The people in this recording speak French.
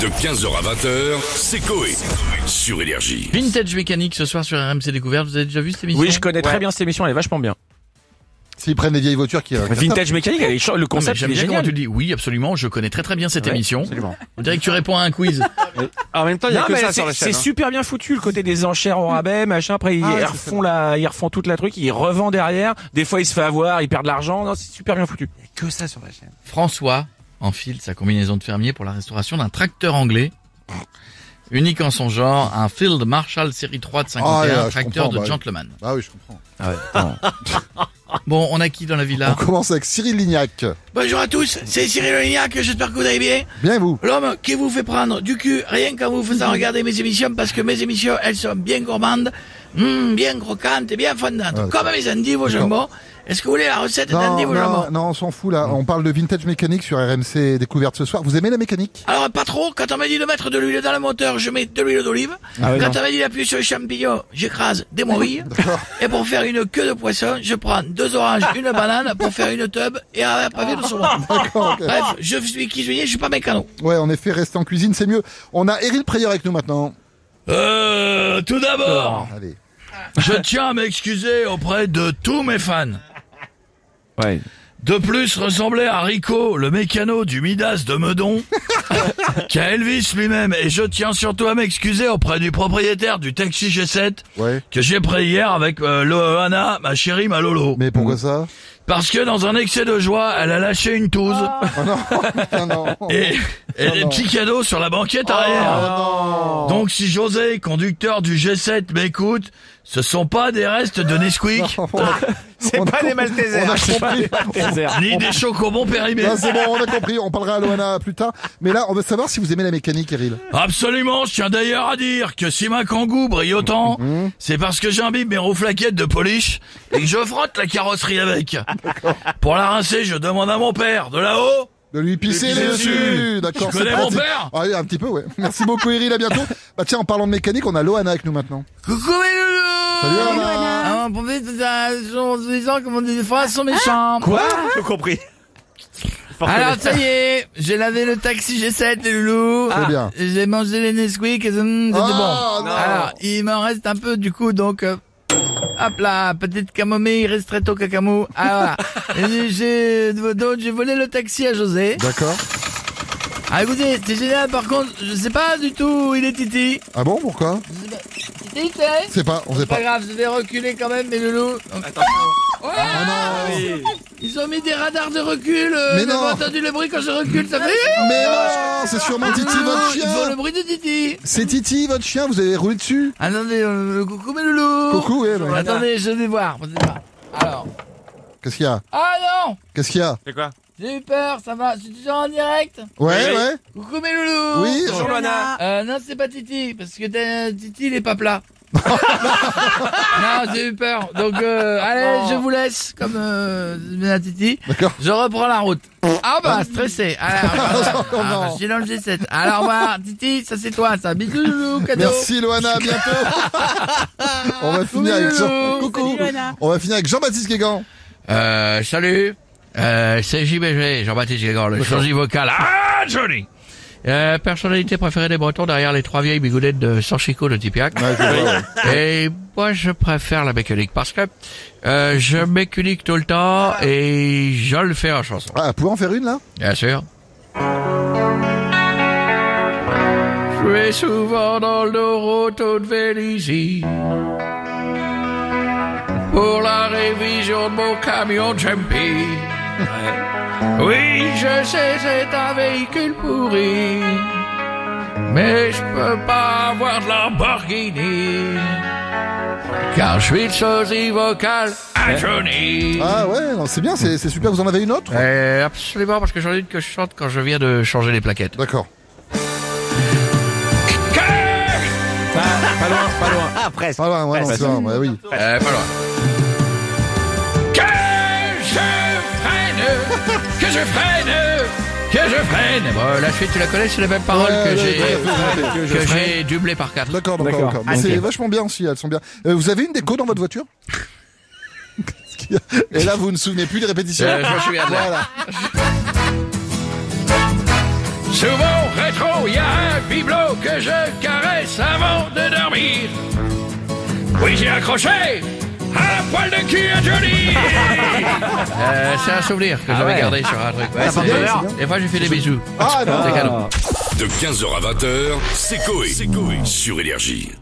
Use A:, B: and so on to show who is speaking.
A: De 15h à 20h, c'est Coé. Sur Énergie.
B: Vintage mécanique ce soir sur RMC Découverte. Vous avez déjà vu cette émission
C: Oui, je connais très bien cette émission, elle est vachement bien.
D: S'ils prennent les vieilles voitures qui. euh,
C: Vintage mécanique, elle est chou- le
B: Non, mais
C: concept il
B: J'aime
C: est
B: bien quand
C: génial.
B: tu dis oui, absolument. Je connais très très bien cette
C: Ouais,
B: émission.
C: absolument.
B: On dirait que tu réponds à un quiz.
E: En même temps, il y a
C: Non,
E: que
C: mais
E: ça
C: c'est-
E: sur la
C: c'est
E: chaîne. hein.
C: super bien foutu le côté des enchères au rabais, machin. Après ils,
D: Ah ouais, c'est
C: refont la, ils refont toute la truc, ils revendent derrière. Des fois ils se fait avoir, ils perdent de l'argent. Non, c'est super bien foutu.
E: Il y a Que ça sur la chaîne.
B: François enfile sa combinaison de fermier pour la restauration d'un tracteur anglais. Unique en son genre, un Field Marshall série 3 de 51,
D: Ah, là, je
B: tracteur
D: comprends,
B: de
D: bah oui.
B: gentleman.
D: Ah oui, je comprends.
B: Bon, on a qui dans la villa
D: On commence avec Cyril Lignac.
B: Bonjour à tous, c'est Cyril Olignac, j'espère que vous allez bien.
D: Bien et vous.
B: L'homme qui vous fait prendre du cul rien qu'en vous faisant regarder mes émissions parce que mes émissions, elles sont bien gourmandes, mm, bien croquantes et bien fondantes.
D: Ah,
B: Comme mes endives au jambon. Est-ce que vous voulez la recette
D: Non,
B: d'endives au
D: non,
B: jambon
D: non, on s'en fout là. On parle de vintage mécanique sur RMC Découverte ce soir. Vous aimez la mécanique
B: Alors pas trop, quand on m'a dit de mettre de l'huile dans le moteur, je mets de l'huile d'olive.
D: Ah
B: quand on m'a dit d'appuyer sur le champignon, j'écrase des morilles.
D: D'accord.
B: Et pour faire une queue de poisson, je prends deux oranges, une banane pour faire une tube et un pavé de saumon.
D: D'accord, ok.
B: Bref, je suis cuisinier, je suis pas mécano.
D: Ouais, en effet, rester en cuisine, c'est mieux. On a Eril Preyer avec nous maintenant.
B: Euh, tout d'abord,
D: Allez.
B: je tiens à m'excuser auprès de tous mes fans.
C: Ouais.
B: De plus, ressemblait à Rico, le mécano du Midas de Meudon, qu'à Elvis lui-même. Et je tiens surtout à m'excuser auprès du propriétaire du taxi G7
D: Ouais.
B: que j'ai pris hier avec euh, Loana, ma chérie, ma Lolo.
D: Mais pourquoi ça
B: Parce que dans un excès de joie, elle a lâché une touze
D: Oh non, putain, non.
B: et, et
D: Oh
B: des
D: non. Oh.
B: petits cadeaux sur la banquette arrière. Donc si José, conducteur du G7, m'écoute, ce sont pas des restes de Nesquik,
D: C'est pas des Maltesers. On a compris.
B: ni des chocobons périmés.
D: Non, c'est bon, on a compris. On parlera à Loana plus tard. Mais là, on veut savoir si vous aimez la mécanique, Eril.
B: Absolument, je tiens d'ailleurs à dire que si ma kangou brille autant, c'est parce que j'imbibe mes roues flaquettes de polish et que je frotte la carrosserie avec. Pour la rincer, je demande à mon père, de là-haut,
D: De lui pisser
B: pisser dessus.
D: dessus. D'accord.
B: Je
D: c'est
B: connais mon
D: pratique.
B: père.
D: Ah oui, un petit peu, ouais. Merci beaucoup, Eril. À bientôt. Bah, tiens, en parlant de mécanique, on a Loana avec nous maintenant.
B: coucou mes loulous
D: Salut, Loana.
B: Ah, on profite de la- en se disant que mon phrases sont méchants.
C: Quoi
E: J'ai compris.
B: Alors ça y est, j'ai lavé le taxi G7 les loulous.
D: C'est bien.
B: Ah, J'ai mangé les Nesquik et hum, c'était
D: Ah,
B: bon.
D: non.
B: Alors il m'en reste un peu du coup donc. euh, Hop là, petite camomille, ristretto cacamou. Ah, voilà. Et j'ai, donc, j'ai volé le taxi à José.
D: D'accord.
B: Ah, écoutez, c'est génial, par contre, je sais pas du tout où il est Titi.
D: Ah bon, pourquoi
B: Je sais pas- Titi, c'est
D: C'est pas, on sait
B: C'est
D: pas.
B: pas grave, je vais reculer quand même, mes loulous. Attends. Ah, Ils ont mis des radars de recul. euh,
D: Mais
B: j'ai
D: non.
B: pas entendu le bruit quand je recule, ça fait.
D: Mais non, c'est sûrement Titi, votre
B: Ils font le
D: chien.
B: bruit de Titi.
D: C'est Titi, votre chien, vous avez roulé dessus.
B: Attendez, euh, coucou mes loulous.
D: Coucou, ouais, ouais.
B: Attendez, je vais voir. attendez voir. Alors.
D: Qu'est-ce qu'il y a
B: Ah non
D: Qu'est-ce qu'il y a
E: C'est quoi
B: J'ai eu peur, ça va. Je suis toujours en direct.
D: Ouais,
E: Oui.
D: ouais.
B: Coucou mes loulous.
D: Oui.
E: Bonjour
D: Bonjour,
E: Loana.
B: Euh, non, c'est pas Titi, parce que euh, Titi, il est pas plat. non, j'ai eu peur. Donc, euh, allez, je vous laisse, comme euh, bien Titi.
D: D'accord.
B: Je reprends la route. Ah bah, stressé. Alors, ah,
D: Non,
B: bah,
D: non.
B: je suis dans le G7. Alors, voilà, Titi, ça c'est toi, ça. Bisous, loulou, cadeau.
D: Merci Loana, à bientôt. on va finir avec Jean.
B: Loulou.
D: Coucou. On va finir avec Jean-Baptiste Guégan.
B: Euh, salut. Euh, c'est JBG, Jean-Baptiste Grégoire, le changement vocal. Ah, Johnny euh, personnalité préférée des Bretons derrière les trois vieilles bigoudettes de Sanchico de Tipiac.
D: Ouais, je vois, ouais.
B: Et moi, je préfère la mécanique parce que euh, je mécanique tout le temps et je le fais en chanson.
D: Ah, vous pouvez en faire une là
B: Bien sûr. Je vais souvent dans le roto de Vélizy pour la révision de mon camion Jumpy. Oui, je sais, c'est un véhicule pourri, mais je peux pas avoir de Lamborghini car je suis le sosie vocal à Johnny.
D: Ah ouais, non, c'est bien, c'est c'est super. Vous en avez une autre
B: Euh, absolument, parce que j'en ai une que je chante quand je viens de changer les plaquettes.
D: D'accord.
C: Pas, pas loin, pas loin.
E: Ah, presque.
D: Ah ouais, ouais, non,
E: Ouais,
D: c'est vrai, ouais, oui.
B: Euh, pas loin. Que je freine, que je freine, que je freine. Bon, la suite, tu la connais, c'est la même parole
D: Ouais,
B: que
D: ouais,
B: j'ai
D: ouais, ouais, ouais.
B: que j'ai Ah, doublé par quatre.
D: D'accord, d'accord,
C: D'accord.
D: d'accord. Mais C'est vachement bien aussi, elles sont bien. Euh, vous avez une déco dans votre voiture Qu'est-ce qu'il y a Et là, vous ne souvenez plus des répétitions.
B: Euh, je me souviens de là.
D: Voilà.
B: Souvent rétro, il y a un bibelot que je caresse avant de dormir. Oui, j'ai accroché un poil de cul à Johnny. Euh, c'est un souvenir que j'avais
C: ouais.
B: gardé sur un truc. Ouais,
D: Ah c'est
B: c'est-
D: bien, c'est bien.
B: des fois, j'ai fait des bisous.
D: Ah non
B: C'est cadeau.
A: De 15h à 20h, c'est Coé. Sur Énergie.